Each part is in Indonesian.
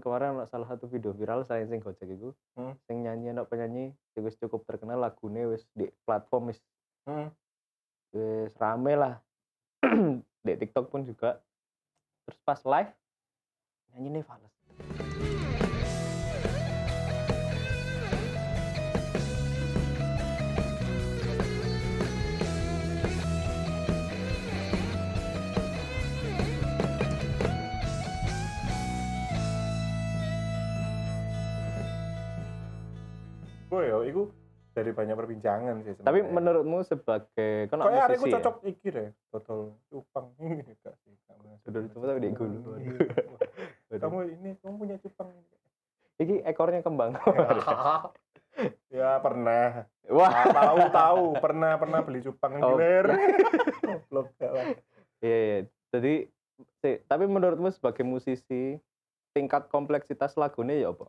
Kemarin ono salah satu video viral selain sing Gojek iku, Hmm. sing nyanyi ono penyanyi sing wis cukup terkenal lagune wis di platform wis Hmm. wis rame lah. di TikTok pun juga. Terus pas live nyanyi nih fals. Gue ya, itu dari banyak perbincangan sih. Tapi sebenarnya. menurutmu sebagai kan Kayaknya hari musisi aku ya? cocok iki deh, total cupang. Gak sih, gak punya Dodol cupang. cupang tapi di gulu. Iya. Waduh. Kamu ini, kamu punya cupang. Iki ekornya kembang. ya pernah. Wah. Ah, tahu tahu pernah pernah beli cupang yang Oh. gilir. Goblok gak lah. Iya, iya. Jadi si- tapi menurutmu sebagai musisi tingkat kompleksitas lagunya ya apa?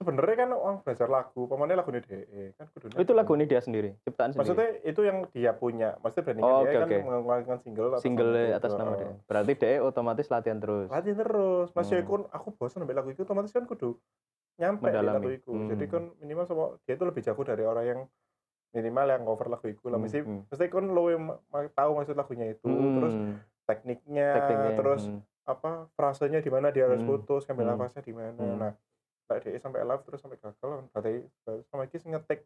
Sebenarnya kan orang belajar lagu, pemainnya lagu ini DE kan kudunya. Itu lagunya dia sendiri, ciptaan sendiri. Maksudnya itu yang dia punya. Maksudnya branding Oh, dia oke, kan oke. mengeluarkan single atas single nama dia. atas nama Oh. dia. Berarti dia otomatis latihan terus. Latihan terus. Mas Hmm. ya kan aku bosan ambil lagu itu otomatis kan kudu nyampe di Mendalami. lagu itu. Jadi Hmm. kan minimal sama dia itu lebih jago dari orang yang minimal yang cover lagu itu lah. Hmm, Mesti hmm. mesti kan lo yang ma- ma- tahu maksud lagunya itu, Hmm, terus tekniknya, tekniknya, terus hmm. apa frasenya di mana dia harus Hmm. putus, ngambil Hmm. nafasnya di mana. Hmm. Nah, tak dia sampai live terus sampai gagal, berarti berarti sama iki sing ngetik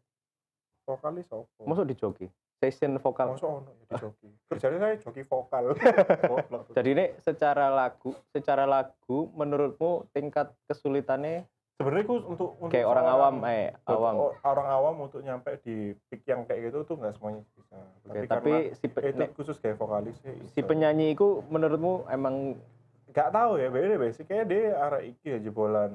vokalis sopo. masuk di joki, session vokal. Masuk ono ya di joki. Kerjanya saya joki vokal. Goblok. Jadi ini secara lagu, secara lagu menurutmu tingkat kesulitannya Sebenarnya gue untuk, untuk kayak orang seorang- awam eh buat awam. o- orang awam untuk nyampe di peak yang kayak gitu tuh nggak semuanya bisa. Oke, tapi, tapi si karena pe- itu nek- khusus kayak vokalis sih. gitu. si penyanyi itu menurutmu emang nggak tahu ya, beda beda sih. Kayaknya dia arah iki ya jebolan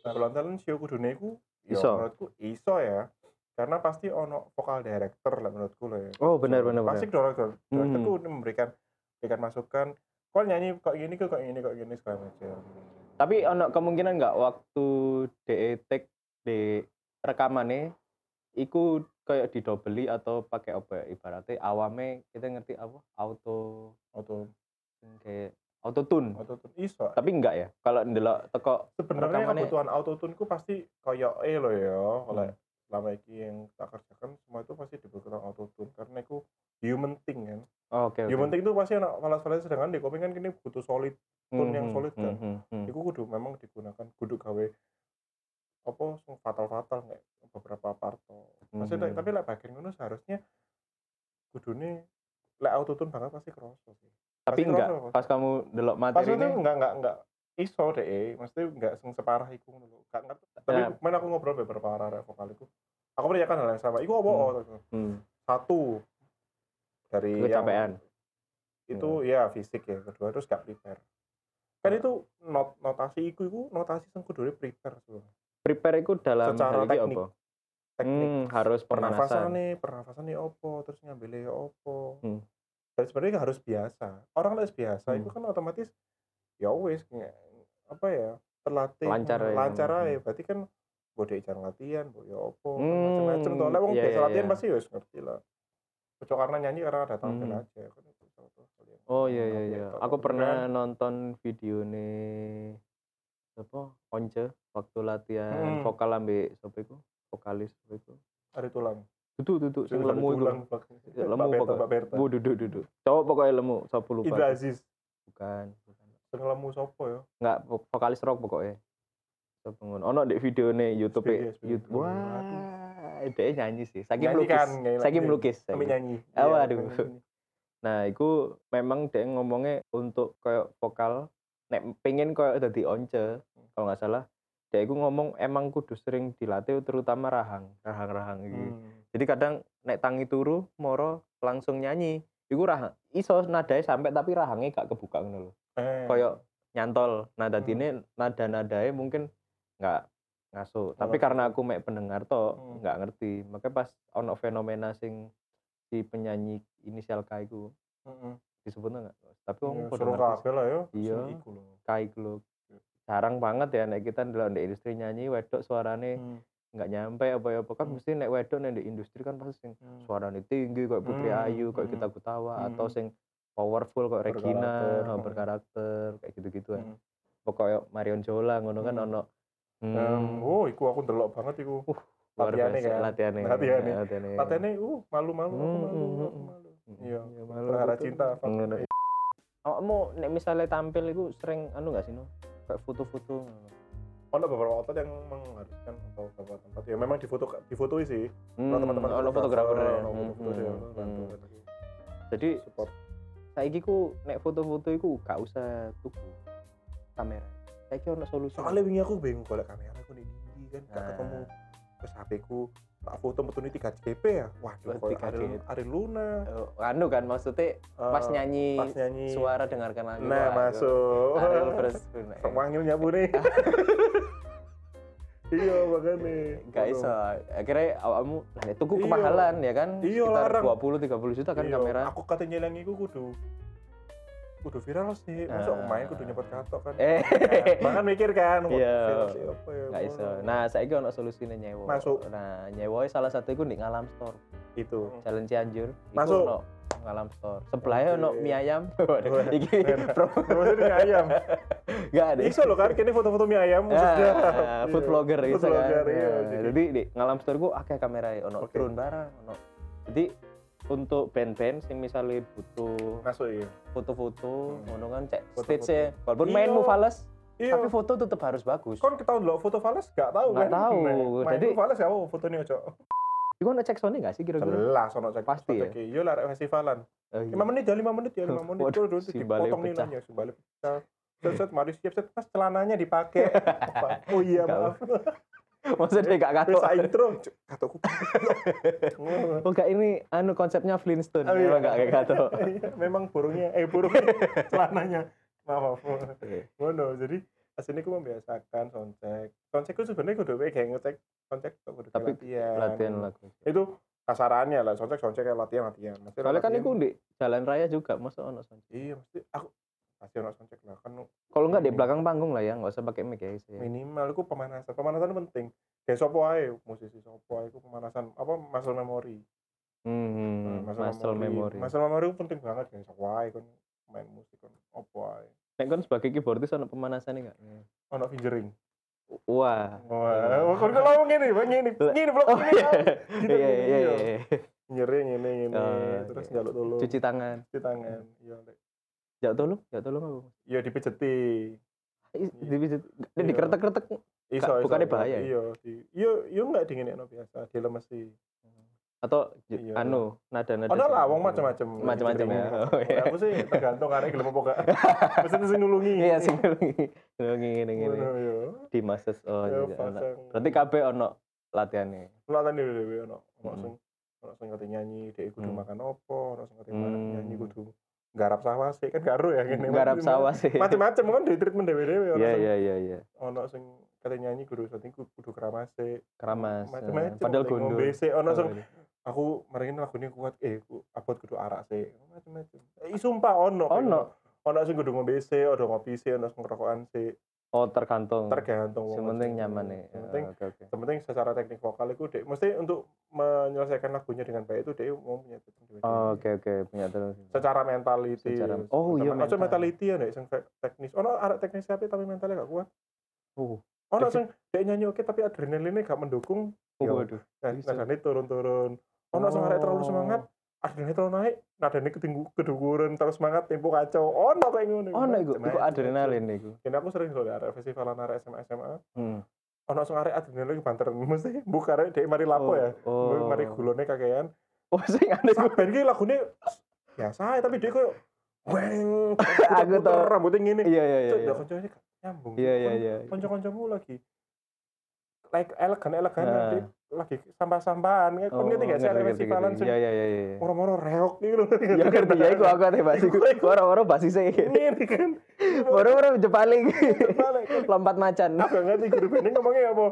jebolan talent show kudunya iku, ya Iso. menurutku iso ya. Karena pasti ono vokal director lah menurutku lah ya. oh benar benar benar. Pasti director, Hmm. director tuh memberikan memberikan masukan. Kok nyanyi kok gini kok gini kok gini segala macam. Tapi ono kemungkinan nggak waktu E DE take di rekamannya e, iku kayak didobeli atau pakai apa ya? ibaratnya awame kita ngerti apa auto Auto kayak auto tune auto iso. tapi enggak ya kalau ndelok teko sebenarnya Rekamannya- Hmm. kebutuhan autotune ku pasti koyo e lo ya oleh lama iki yang tak kerjakan semua itu pasti dibutuhkan autotune karena itu human thing kan oh, oke oke human thing itu pasti anak falas falas sedangkan di koping kan kini butuh solid tune Mhm, yang solid kan. mhm, mhm. itu kudu memang digunakan kudu gawe apa sing fatal fatal nggak beberapa parto maksudnya Mhm. tapi lah bagian ngono seharusnya kudune lek autotune banget pasti kroso sih tapi pasti enggak kroso, kroso. pas kamu ndelok Pas materi itu ini enggak enggak enggak iso deh, eh. mesti enggak sing separah iku ngono lho. Enggak ngerti. Tapi Ya. kemarin aku ngobrol beberapa arek vokal iku. Aku menanyakan hal yang sama. Iku apa? Hmm. Oh, hmm, Satu dari yang kecapean itu ya fisik ya, kedua terus gak prepare. Kan Ya. itu not, notasi iku iku notasi sing kudune prepare sebenarnya. prepare iku dalam Secara hal iki teknik, apa Teknik Hmm, harus pemanasan pernafasane, pernafasane ya opo, terus ngambilnya opo. Hmm. Dan sebenarnya harus biasa. Orang harus biasa Hmm. itu kan otomatis ya wis nge- apa ya terlatih Lancar ya. lancar Hmm. aja. Berarti kan gue dari jarang latihan, gue ya opo, kan Hmm, macam-macam tuh. Lah wong iya, biasa iya, latihan iya. pasti ya wis ngerti lah. Kecuali karena nyanyi karena ada tampil Hmm. aja kan itu satu hal yang- Oh iya iya Tapi iya. tak Aku tampilkan. pernah nonton video apa Once waktu latihan Hmm. vokal ambe sapa iku? Vokalis sapa iku? ada tulang. Duduk duduk sing Ada lemu iku. tulang, Pak. Lemu Mbak Berta, pokoknya. Mbak Berta. Bu duduk duduk. Cowok pokoknya lemu, sapa lupa. Indra Aziz, Bukan. bukan. sing lemu sopo ya? Enggak vo- vokalis rock pokoknya. Sapa ngono. Ono ndek videone YouTube SPG, SPG. YouTube. Oh, Wah, dia nyanyi sih. Saking Nyanyi melukis. kan, nyanyi Saking lagi. melukis. Kami saking. nyanyi. Ah, Iya, waduh. kami nyanyi. Nah, iku memang dia ngomongnya untuk kayak vokal nek pengen kayak dadi once kalau nggak salah dia iku ngomong emang kudu sering dilatih terutama rahang rahang-rahang iki. Hmm. Jadi kadang nek tangi turu moro langsung nyanyi iku rahang iso nadanya sampai tapi rahangnya gak kebuka ngono lho. Eh. Kayak nyantol nada Hmm. dine nada-nadanya mungkin nggak ngaso tapi Nggak karena ngerti. aku mek pendengar to Hmm. nggak ngerti makanya pas ono fenomena sing si penyanyi inisial K iku Mm-mm. disebutnya nggak tapi Ya, wong podo suruh ngerti kabel lah ya. Iya. Sing iku lho. kai lo jarang banget ya nek kita ndelok ndek industri nyanyi wedok suarane Hmm. nggak nyampe apa ya apa kan Hmm. mesti nek wedok nek ndek industri kan pasti sing Hmm. suarane tinggi kayak Putri Hmm, Ayu kayak hmm, kita kutawa hmm. atau sing powerful kayak Regina Berkarakter, oh, hmm. berkarakter kayak gitu-gitu kan Hmm. pokoknya Marion Jola ngono kan Hmm. ono hmm, Em, oh, iku aku ndelok banget iku. luar latihannya biasa, kan? latihannya Latihannya. latihannya. Patene uh malu-malu aku Eh. Hmm, malu, hmm, aku hmm. malu. Hmm. Iya. Ya, malu Perhara betul. cinta. Pak. Ngono. Awakmu nek misalnya tampil itu sering anu nggak sih no? Kayak foto-foto. ngono. Ono beberapa outlet yang mengharuskan atau beberapa tempat. Ya memang difoto difotoi sih. Hmm, Kalau teman-teman ono fotografer. ya? ono Hmm, fotografer ya, hmm, ono hmm. bantu kan. Jadi support. saiki ku nek foto-foto iku gak usah tuku kamera. Saiki ono solusi. Soalnya wingi aku bingung kalau kamera aku nih tinggi kan gak Nah. ketemu terus HP ku tak foto metu ini 3 JP ya. Waduh, Oh, kalau 3 Ariel JP. Ariel Luna. Eh, anu kan maksudnya eh, pas nyanyi, pas nyanyi. suara dengarkan lagi. Nah, masuk. Ariel versus Sok wangil nyapu nih. iya makanya. Gak iso. Akhirnya awakmu lah nek tuku Iya. kemahalan ya kan? Iya, Sekitar larang. 20 30 juta kan Iya, kamera. Aku kata nyelengi ku kudu kudu viral sih. Masa Nah. main kudu nyepet katok kan. Eh. Kan, Makan mikir kan. wah, Iya. viral sih apa ya, Gak iso. ngono. Nah, saiki ono solusine nyewa. Masuk. Nah, nyewa salah satu iku di Ngalam Store. itu. Jalan Cianjur. Iku Masuk. ono Ngalam Store. Sebelahnya ono Oke. mie ayam. Wah, Iki enak. promo. Terus mie ayam. Gak ada. Iso loh kan kini foto-foto mie ayam khususnya. Ah, food Iya. vlogger Food gitu kan. vlogger, iya, Nah, jadi- jadi di ngalam store gue akeh kamera ono Oke. drone barang ono. Jadi untuk band-band sing misalnya butuh Masuk iya. foto-foto, Hmm. ngono kan cek Foto-foto. stage ya. Walaupun main Iya. mufales, Iya. tapi foto tetap harus bagus. Kon ketahuan lo foto Vales gak tahu Nggak kan? tahu, jadi jadi- Vales ya oh, foto ini ojo. Iku ono cek Sony gak sih kira-kira? Jelas ono cek. Pasti ya? cek. Iya lah festivalan. Oh, iya. lima menit ya lima menit ya lima menit Waduh, terus terus simbale dipotong pecah. nilainya simbale pecah set set mari siap set mas celananya dipakai Apa? oh iya Enggak maaf Maksudnya gak kato. terus saya intro Cuk, kataku Ngono. Oh gak ini anu konsepnya Flintstone, Oh, iya. memang gak kato. Iya, memang burungnya eh burungnya celananya maaf maaf ngono jadi aslinya aku membiasakan soundcheck soundcheck itu sebenarnya udah kayak ngecek soundcheck tuh kudu Tapi latihan. iya, Latihan lagu. itu kasarannya lah soundcheck soundcheck kayak latihan latihan Maksudnya Soalnya kan latihan- iku di jalan raya juga, masa ono Sony. iya mesti aku pasti orang soundcheck lah kan Kalau nggak di Ini. belakang panggung lah ya, nggak usah pakai mic ya. sih. minimal itu pemanasan pemanasan itu penting kayak sopo ae musisi sopo ae itu pemanasan apa muscle memory Hmm, Nah, muscle memory. muscle memory itu penting banget kayak sopo ae kan main musik kan opo ae Nek kon sebagai keyboardis ono pemanasan enggak? ono fingering Wah. wah kon kalau mau ngene bang ngene iya, Lah. ngene blok Oh ngene iya. Gitu, Iya gitu, iya iya. iya. nyering ngene ngene Oh, terus oke. njaluk dulu Cuci tangan. cuci tangan iya Lek. Jak tolong, jak tolong aku. iya dipijeti Dipijit. Iya. Di kretek-kretek. iso Ka- iso, bukannya iso. bahaya ya? iya di- iya iya enggak dinginekno biasa dilemesi atau j- Iya. anu nada-nada. Ada lah, wong macam macam-macam. Macem-macem ya. Oh, iya. Nah, Aku sih tergantung karena gelem apa gak. Mesti sing nulungi. Iya, sing ngene ngene ngene. Ngono ya. Di masses oh Ya, juga. ono. pasang. Berarti kabeh ono latihannya. Latihan dhewe dhewe ono. Ono Mm. sing ono sing ngerti nyanyi, dhek kudu Mm. makan opo, ono sing ngerti makan Mm. nyanyi kudu garap sawah sih kan garo ya ngene. Garap Macem- sawah sih. Macem-macem kan di treatment dhewe-dhewe ono Iya sing iya iya iya. ono sing kate nyanyi kudu setting kudu keramas sih. Keramas. eh, Macem-macem. Padahal Ngombe gondol. sih, ono sing Oh, iya. aku merengin lagu ini kuat eh aku abot kudu arak sih macam-macam eh, sumpah ono kayak Ono. gitu. ono sing kudu ngombe sih ono ngopi sih ono sing ngerokokan sih Oh, tergantung. tergantung wong Yang penting aja. nyaman ya. Yang penting Oke oke. yang penting secara teknik vokal itu dek mesti untuk menyelesaikan lagunya dengan baik itu dek mau punya teknik dhewe-dhewe. Oh, Oke oke punya terus. secara mentality Secara- oh, iya, mental. mental. mentality ya dek sing kayak teknis ono arek teknis tapi tapi mentalnya gak kuat Oh. ono Jadi- sing dek nyanyi oke tapi adrenalinnya gak mendukung Oh, Ya, waduh. nah, Bisa. Oh. nadanya turun-turun ono sing arek terlalu semangat adrenalin terlalu naik nadanya ketinggu keduguran terus semangat tempo kacau ono kayak ngono Oh, nah, iku, iku Macem-macem. adrenalin iku. Kene aku sering soalnya arek festivalan arek SMA SMA Hmm. ono sing arek adrenalin banter mesti buka arek dek mari lapo ya Oh. mari gulone kakean Oh, sing ada iku. sampean iki lagune biasa ae, tapi dia koyo weng Aku aku tau. rambutnya ngene Iya iya iya, Cuk, iya. lah koncone gak nyambung Iya iya iya. kanca-kancamu lagi like elegan elegan Nah. lagi sampah-sampahan kan Oh, ngerti gak ngerti, sih arek ngerti, festivalan ngerti. sing Iya iya iya. iya. moro-moro reok gitu loh. Ya ngerti ya iku aku ate basi. Iku, iku. Ora-ora basi sih. Ini kan. Ora-ora jepaling. Balik. Lompat macan. Aku nggak ngerti guru banding ngomongnya apa.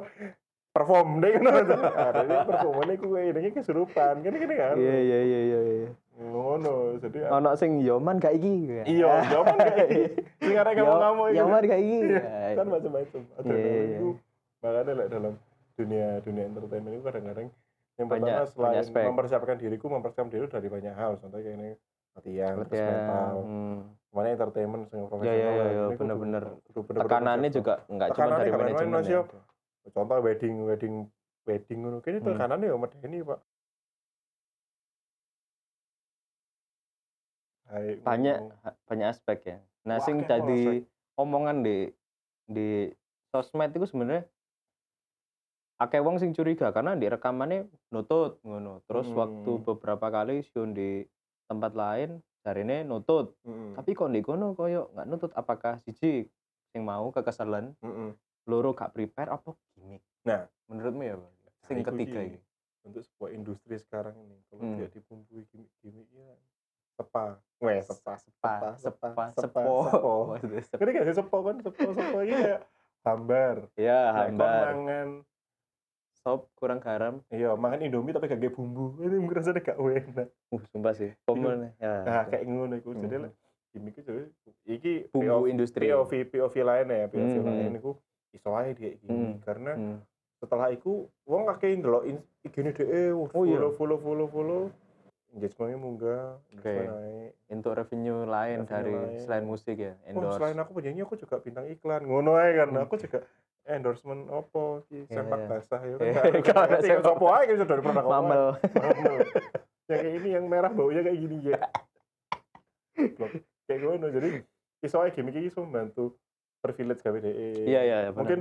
Perform deh kan. Ada performane ku kayak ini kesurupan kan ini kan. Iya iya iya iya. iya. Ngono jadi Ono sing yoman gak iki. iya jawaban kayak gini. Sing arek Yo- ngomong-ngomong itu. Yoman gak iki. gitu. ya. Kan macam-macam. Ada Iya, iya, iya. itu makanya lah dalam dunia dunia entertainment itu kadang-kadang yang Banyak- pertama banyak selain aspek. mempersiapkan diriku mempersiapkan diri dari banyak hal contohnya kayak ini latihan terus latihan. mental Hmm. mana entertainment sing profesional ya, ya, ini ya, kudu- bener-bener. kudu bener-bener Tekanannya profesional. juga nggak cuma Tekanannya dari nggak main-main, manajemen Mas, ya. yo. contoh wedding wedding wedding ngono kene Hmm. tekanannya ya medeni pak Hai, Banyak ngomong. banyak aspek ya. Nah, Wah, sing kayak jadi omongan di di sosmed itu sebenarnya akeh wong sing curiga karena di rekamannya nutut ngono. Terus Hmm. waktu beberapa kali siun di tempat lain jarine nutut. Mm-mm. Tapi kok di kono koyo nggak nutut apakah siji sing mau kekesalan, Mm-mm. loro gak prepare apa gimmick. Nah. menurutmu ya, Bang? Sing Nah, iku ketiga iki. ini. untuk sebuah industri sekarang ini kalau Hmm. tidak dibumbui gimmick-gimmick ya sepa weh sepa sepa sepa sepa sepa sepo sepo Maksudnya sepo. Ngerti gak sih sepo kan sepo sepo ini kayak hambar ya Nek kon hambar mangan sop kurang garam iya mangan indomie tapi gak kayak bumbu ini mungkin rasanya gak enak uh sumpah sih komen ya nah kayak ngono iku jadi Hmm. lah gimmick itu iki bumbu POV industri POV POV lain ya POV Hmm. lain iku iso ae dia Hmm. gini karena Hmm. setelah iku wong akeh ndelok in- igine dhewe wah, Oh, iya. follow follow follow follow engagementnya munggah Oke. engagement naik untuk revenue lain Revenue dari lain. selain musik ya oh endorse selain aku penyanyi aku juga bintang iklan ngono ae kan Hmm. aku juga endorsement opo ki Iya, sempak iya. basah ya Iya, kan kalau ada sing sempak opo ae bisa dari produk opo ae. mamel Mamel. yang kayak ini yang merah baunya kayak gini ya Blok. kayak ngono jadi iso ae gimmick iki iso membantu privilege gawe DE iya iya mungkin Mungkin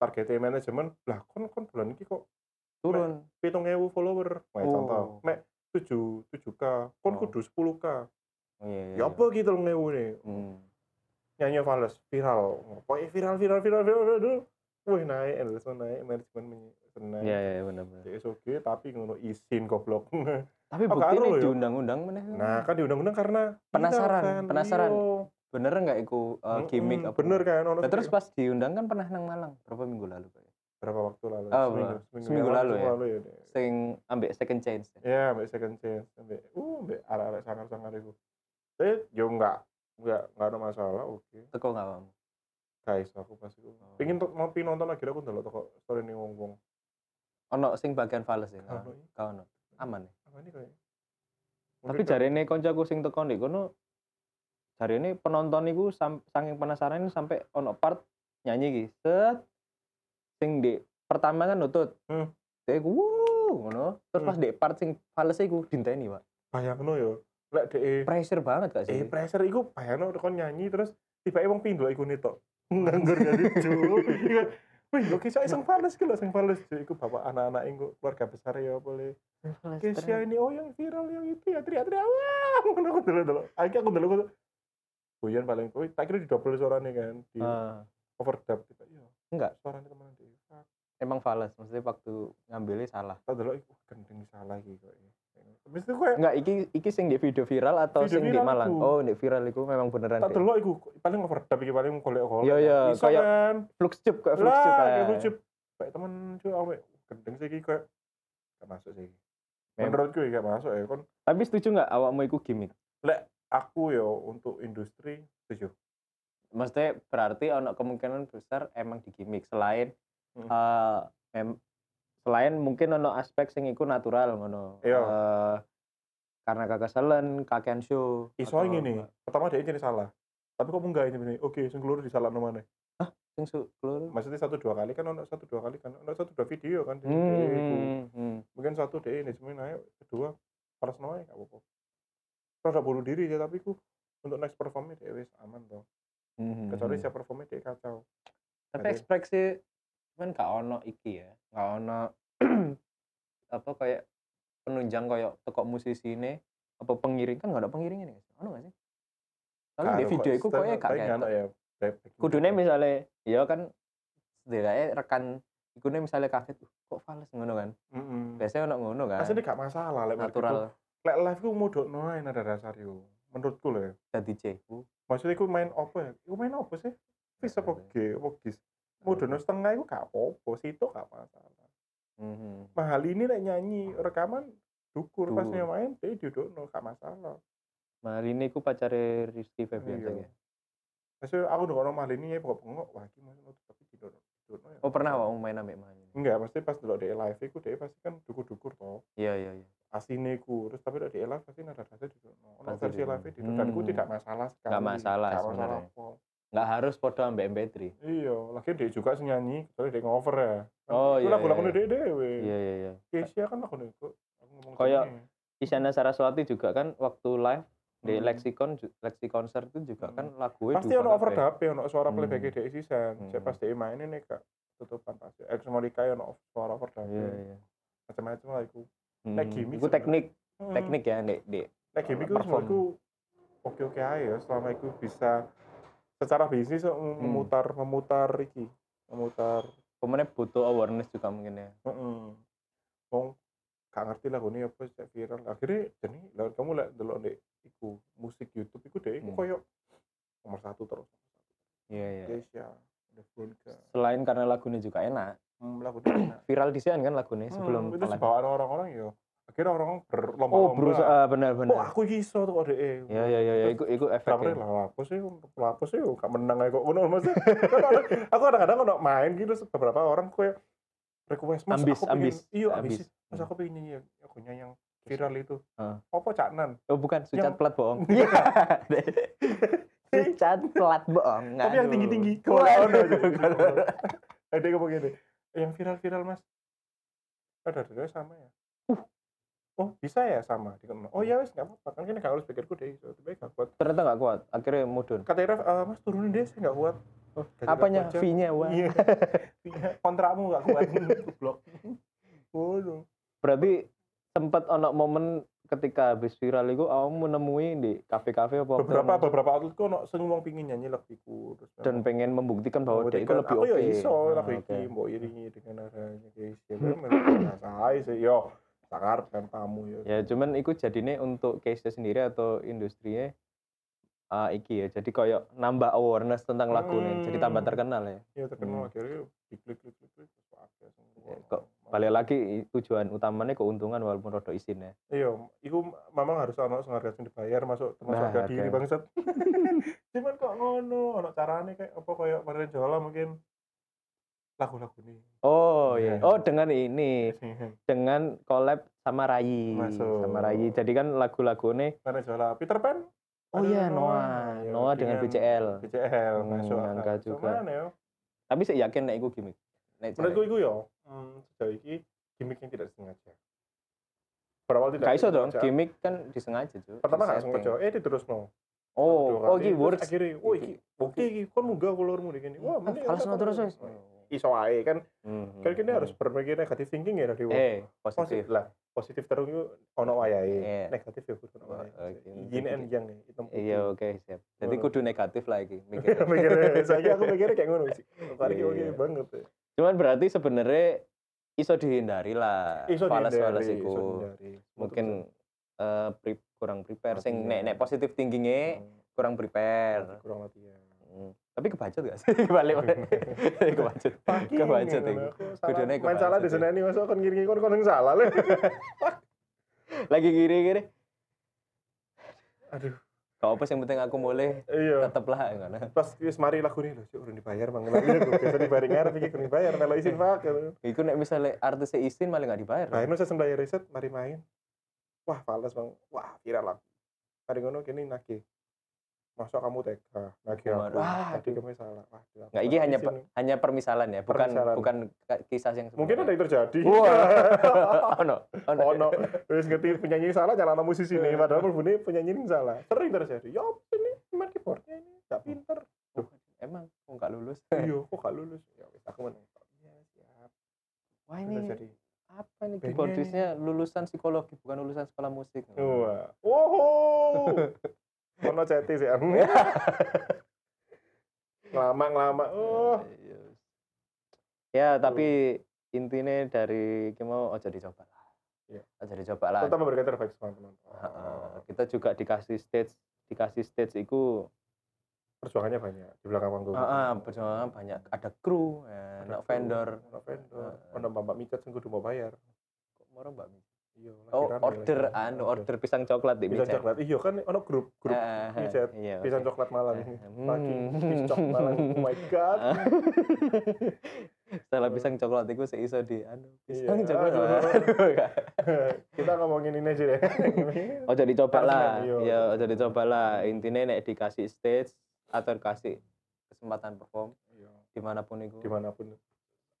targetnya manajemen lah kon kon bulan ini kok turun pitung ewu follower Wah, Oh. contoh mek tujuh tujuh k kon Oh. kudu sepuluh k Oh, iya iya ya apa gitu loh ewu nih Hmm. nyanyi Fales viral pokoknya viral viral viral viral viral dulu wih naik endorsement naik manajemen menye- naik iya iya benar benar Jadi oke tapi ngono izin goblok tapi Oh, bukti karo ini loh, ya. di undang-undang mana nah kan diundang-undang karena Hmm. Penasaran, viral, kan? penasaran. Iya. bener nggak iku uh, Mm-mm, gimmick apa bener kan ono Nah, terus sing- pas diundang kan pernah nang Malang berapa minggu lalu Pak? berapa waktu lalu Ah, berapa? Seminggu lalu ya? ya deh. sing ambek second chance ya mbak second chance mbak uh mbak arah-arah sangar-sangar itu eh yo enggak enggak enggak ada masalah oke teko nggak kamu guys aku pas itu Oh. pengen tuh mau pengen nonton akhirnya aku ndelok toko story nih wong wong ono sing bagian fales ya Ono. kau ono aman ya apa ini kayak tapi jarene koncoku sing teko ndek kono jarene penonton iku sam- saking penasaran sampai ono part nyanyi iki set sing di pertama kan nutut Hmm. Dek iku wuh ngono terus pas di part sing fales iku dinteni Pak bayangno yo ya. lek de pressure banget gak eh sih pressure iku bayangno kon nyanyi terus tiba tiba wong pindho iku nito nganggur dari jauh Wih, yo kisah iseng fales ki lho, sing fales Cuk. iku bapak anak-anak engko keluarga besar ya boleh. ya. Kesia ini oh yang viral yang itu ya teriak-teriak wah. Ngono aku delok-delok. Akhirnya aku delok aku Boyan paling kowe tak kira didobel suarane kan, di Ah, overdub tiba iya. Enggak. Suarane temenan dhewe. emang fales maksudnya waktu ngambilnya salah Ah, Tak delok iku gendeng salah iki kok. Habis itu kowe enggak iki iki sing di video viral atau Video sing di viral Malang aku. oh di viral iku memang beneran tak Dek. delok iku paling overdub iki paling golek-golek. Iya, iya, Iso kayak- kan. flux tube kayak flux Lah, tube kayak kan. lucu. Kayak temen cuy awek gendeng sih iki kayak gak masuk sih. iki. Mem- Menurutku ya gak masuk ya kon tapi setuju nggak awakmu iku gimmick aku ya untuk industri setuju. maksudnya berarti ono kemungkinan besar emang di gimmick selain Hmm. eh, mem- selain mungkin ono aspek sing iku natural ngono Iya. Eh, karena kakeselen kakean show Iso atau ngene, pertama dia jadi salah. Tapi kok munggah ini bener. Oke, sing keluar di salah nomane. sing su- keluar. Maksudnya satu dua kali kan ono satu dua kali kan ono satu dua video kan. Dia- dia iku. Hmm, hmm. Mungkin satu dia ini semuanya naik, kedua harus naik gak apa-apa. Terus ada bunuh diri ya tapi ku untuk next performnya dia wis aman toh. Hmm, Kecuali hmm. siapa performnya dia kacau. tapi ada- ekspresi cuman gak ono iki ya gak ono apa kayak penunjang kayak teko musisi ini apa pengiring kan gak ada pengiring ini ono gak sih soalnya di Karo video itu stand- kayaknya gak tapi kayak gitu. ngano ya, back- back- kudune misalnya ya kan setidaknya rekan ikune misalnya kaget "Uh, kok fals ngono kan Mm-mm. biasanya ono ngono kan Asli gak masalah lek menurutku. natural Lek live ku mudokno ae nada dasar yo. Menurutku lho. ya. dadi DJ Maksudnya ku main apa ya? Ku main apa sih? Wis apa ge, apa gis. Mudokno setengah iku gak apa-apa, situ gak masalah. Mhm. Mahal ini lek nyanyi rekaman dukur pas Dukur. main dia dudukno gak masalah. Marini ku pacare Rizky Febian Iya. ya. Maksudnya aku dengono mahal ini ya pokok bengok wah iki maksudnya tapi dudukno. dudukno ya. Oh pernah awakmu main ambek Marini. Enggak, pasti pas dulu di live iku dia pasti kan dukur-dukur toh. Iya iya iya. Asine ku, terus tapi di live pasti nada nada di ono Pasti versi di- live itu dan ku Hmm. tidak masalah sekali. masalah Nggak masalah sebenarnya. apa. nggak harus podo ambek MP3 Iya, lagi dia juga sih nyanyi, soalnya dia ngover ya. Oh, iya, Lagu lagu iya. dia dewe. iya iya iya Keisha kan lagu itu. Aku ngomong Kayak- jenenge. Isyana Saraswati juga kan waktu live di Hmm. Lexicon ju- Lexikonser itu juga kan lagu Mhm. pasti ono overdub ya, ono suara Hmm. playback dia sisan. Hmm. Cek pas dia mainin nih kak tutupan pasti. Eh semua dikai ono suara overdub. iya iya Macam-macam lah iku. Hmm. Nek gimmick Iku teknik Hmm. teknik ya Dek Dek Nah, gimmick itu Perform. menurutku oke-oke aja ya, selama itu bisa secara bisnis so, Hmm. mem- memutar memutar iki, memutar pemennya butuh awareness juga mungkin ya heeh. Wong gak ngerti lah ini apa sih viral. Akhirnya jadi lah kamu lihat delok nek iku musik YouTube iku deh iku Hmm. koyo nomor satu terus. iya iya Guys ya, udah Bronca. selain karena lagunya juga enak Hmm, lagu dia enak. viral desain kan lagunya sebelum Hmm, itu live. sebawaan orang-orang ya. Akhirnya orang-orang oh berlomba-lomba. berusaha Oh, benar-benar aku iki iso tuh kok deh. iya iya iya Terus iku iku Kabarnya efeknya lah apa sih, apa sih, gak menang aja kok ngono mas. aku kadang-kadang kalau main gitu beberapa orang kue request mas Ambis, aku pengen- ambis, ambis. iya Hmm. ambis, sih. mas aku pengen nyanyi yang- aku nyanyi yang viral itu. Heeh. Apa caknan? oh bukan sucat Yang- plat bohong iya Dek. sucat plat bohong Tapi yang aduh. tinggi-tinggi. Waduh. Kalau Ada yang begini. Yang viral-viral mas. Ada ada sama ya. Uh. Oh bisa ya sama dikenal. Hmm. Oh ya wes nggak apa-apa kan kan kalau pikirku deh itu baik nggak kuat. ternyata nggak kuat akhirnya mudun Kata Iraf, "Eh, mas turunin deh saya nggak kuat. Oh, gaji nggak apanya kuat, Jam. fee-nya wah Iya. Iya, kontrakmu gak kuat goblok. Waduh. berarti sempat ono momen ketika habis viral itu awakmu menemui di kafe-kafe apa Beberapa apa- beberapa outlet kok ono sing wong pingin nyanyi laguku terus dan pengen membuktikan bahwa dia itu membuktikan, lebih aku oke. ya iso Ah, lagu oke. Hmm. iki mbok iringi dengan arahnya guys. Ya memang sae sih yo. Sakar kan tamu yo. Ya cuman itu jadinya untuk case sendiri atau industrinya ah, iki ya. Jadi koyok nambah awareness tentang lagu nih. Jadi tambah Hmm. terkenal ya. Ya Hmm. terkenal akhirnya diklik klik klik klik terus akeh sing Ya, ngono. kok Balik lagi i- tujuan utamanya keuntungan walaupun rodo isin ya. Iya, iku memang harus ono sing harga sing dibayar masuk termasuk Nah, harga oke. diri bangsat. Cuman kok ngono, ono carane kayak apa kayak kemarin Jola mungkin lagu-lagu nih. Oh iya. Iya. Oh dengan ini dengan collab sama Rai. Masuk. Sama Rai. Jadi kan lagu-lagunya Karena juara Peter Pan. Oh Ada iya, Noah. Ya, Noah dengan BCL. BCL Hmm, masuk akal. angka juga. Cuman ya, tapi saya yakin nek iku gimmick. Nek menurutku itu ya, hmm, sejauh ini gimmick yang tidak sengaja. Berawal tidak. Gak iso dong, disengaja. gimmick kan disengaja cuy. Pertama nggak Disetting. sengaja, eh diterus no. Oh, oh iki works. Akhirnya, oh Iki. iki, oke iki, kon munggah keluarmu di kene. Wah, Iya. mending. Ah, Fals no terus, wes. Oh, Iso ae kan, Hmm, kan kini hmm. harus berpikir negatif thinking ya dari wong. eh positif. Positif lah, positif terus itu ono Iya. wayahe, negatif ya kudu ono Oh, wayahe. oke. Yin and yang nih, hitam e, putih. Iya oke siap. Jadi Ngono. kudu negatif lah iki mikirnya. mikirnya saya aku mikirnya kayak ngono sih kemarin Iya, oke iya. banget ya Cuman berarti sebenarnya iso dihindari lah. iso Fales-fales dihindari, iku. iso dihindari. Mungkin eh, pre- kurang prepare sing nek Latihan. nek positif Betul. thinkingnya kurang prepare. Hmm, kurang latihan Hmm. Tapi kebacet gak sih? Kebalik. kebacet. Kebacet iku. Kudune Kudune main kebacet salah iku. di sana nih masuk kan ngiri kon kon yang salah lho. Lagi kiri-kiri. Aduh. Kau apa sing penting aku mulai Iya. teteplah ngono. Pas wis mari lagu nih lho, cuk urun dibayar mang. Lah iya gua biasa dibayar ngarep iki kurang dibayar melo isin pak. Iku nek misalnya artis izin malah nggak dibayar. Bayar saya sembelih riset mari main. Wah, fales bang. Wah, viral lah. Mari ngono kene nagih. Masa kamu tega? Nagih aku. Wah, Tadi kamu salah. Wah, gila. Nggak, ini hanya Izin. pe- hanya permisalan ya, bukan Permisalan. bukan ka- kisah yang sebenarnya. Mungkin ada yang terjadi. Gitu. Wah. ono, ono. oh no, wis ngerti penyanyi salah nyala musisi nih, padahal berbunyi penyanyi ini salah. Sering terjadi. Ya apa ini main keyboardnya ini gak pinter. Emang kok nggak lulus? Iya, kok gak lulus? Ya wis aku menang. Iya, siap. Wah Ini ini terjadi. apa nih Bandnya keyboardisnya lulusan psikologi bukan lulusan sekolah musik. Wah, wow, Kono ceti sih. Iya. Lama lama. Oh, Iya. Ya tapi intinya dari Kimo ojo dicoba lah. Iya. Ojo dicoba lah. tetap memberikan terbaik sama Heeh. teman-teman. Kita juga dikasih stage dikasih stage itu Perjuangannya banyak di belakang panggung. Heeh, perjuangan banyak ada kru, eh, Ada anak kru, vendor, Ono vendor, Heeh. ono mbak micet sing kudu mau bayar. Kok moro Mbak Mi? Iya, lagi Oh, rame, lagi order rame. anu, order pisang coklat di pisang coklat. Iya kan ono grup grup micet, Iya. pisang oke. coklat Malang. Hmm. Pagi pisang Malang. Oh my god. Setelah pisang coklat itu seiso di anu, pisang Iya. coklat. Aduh. Aduh, Kak. Kita ngomongin ini aja deh. Ojo dicoba Harus lah. nanti, yo. Ya, ojo dicoba lah. Intinya nek dikasih stage atau dikasih kesempatan perform Iya, dimanapun itu Dimanapun eh,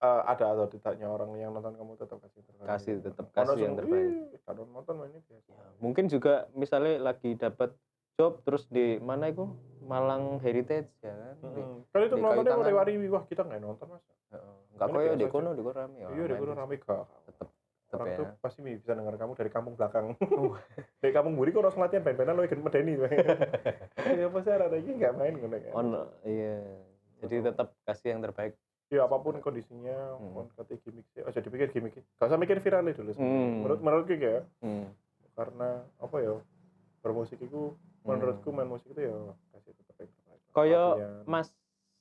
ada atau tidaknya orang yang nonton kamu tetap kasih terbaik. Kasih, tetap Ono kasih yang sing, terbaik. Hmm. "Wih, kalau nonton mah ini biasa. Ya, mungkin juga misalnya lagi dapat job terus di mana itu Malang Heritage ya kan Heeh. Kalau Hmm. itu Di kayu tangan. nontonnya Ya, mulai wari wah kita nggak nonton mas. Heeh. nggak Mana koyo biasa di aja. kono di kono rame Iya, di gunung rame gak. tetep tetep Orang ya tuh pasti bisa dengar kamu dari kampung belakang. Oh. dari kampung buri kok orang latihan band-bandan lo ikut medeni. Ya apa sih ada ini nggak main gue kan. on iya jadi Betul. tetap kasih yang terbaik Ya apapun kondisinya, Hmm. mau kata gimmicknya, aja dipikir gimmicknya. Gak usah mikir viral dulu. sebenarnya. Hmm. Menurut menurut gue ya, Hmm. karena apa ya bermusik itu menurutku main musik itu ya kasih tetap yang terbaik. Iya. Kayak Latihan. Mas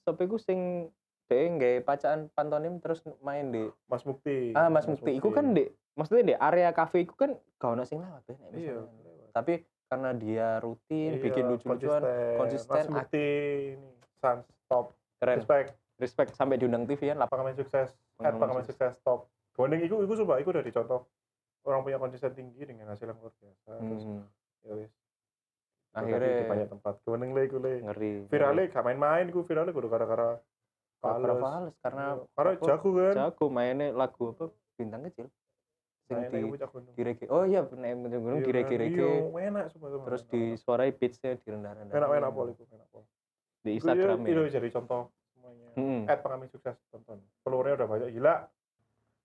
Sopiku sing deh nggak pacaan pantonim terus main di Iya, Mas Mukti. ah Mas Mukti iku kan di maksudnya di area kafe iku kan gak ono sing lewat ya, nek iya. misalnya. tapi karena dia rutin bikin Iya, lucu-lucuan konsisten, Mas Mukti ini sans top keren respect respect sampai diundang TV kan Pakemen sukses, at Pakemen Pakemen Sukses. sukses top. Bonding itu, itu sumpah, itu udah dicontoh. Orang punya konsisten tinggi dengan hasil yang luar biasa. Terus, Hmm. ya wis. Itu tadi di akhirnya banyak tempat. Bonding lah itu lah. ngeri Viralnya gak main-main, gue viralnya gue udah gara-gara karena Fales. Fales karena Iya. Karena apa? jago kan. Nah, jago mainnya lagu apa bintang kecil sing Mainnya di ke puncak gunung. kire oh iya naik gunung gunung Iya, kire kan? kire Iya, enak sumpah. sumpah, terus enak, di suara pitchnya di rendah rendah enak. Enak-enak pol itu, enak pol. di Itu ya, Instagram ya Hmm. Itu jadi contoh semuanya. Mm-mm. At Pakemen sukses, tonton. Followernya udah banyak, gila.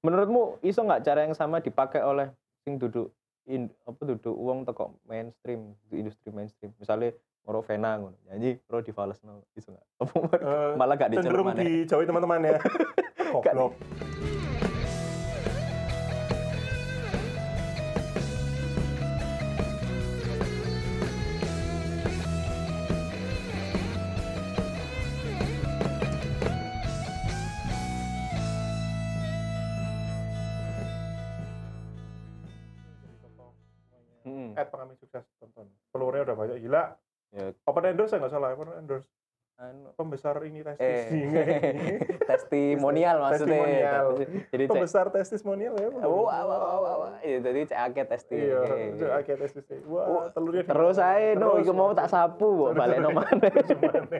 menurutmu iso nggak cara yang sama dipakai oleh sing duduk in, apa duduk uang teko mainstream di industri mainstream misalnya Moro Vena ngono Ya, nyanyi Moro di Fales no iso nggak apa Eh, malah gak diceluk Cenderung mana dijauhi teman-teman ya. Goblok. Mm-mm. At pengamen sukses tonton. Followernya udah banyak gila. ya Open endorse ya nggak salah. Open endorse anu pembesar ini testis. eh testimonial maksudnya Testimonial. jadi cek oh, pembesar testimonial ya. wow wow wow wow ya, jadi cek akeh testi Iya, oke. itu akeh testis. Wah, Wah, telurnya di- terus ae no Terus. iku mau tak sapu kok Terus. balik nomane Gimana?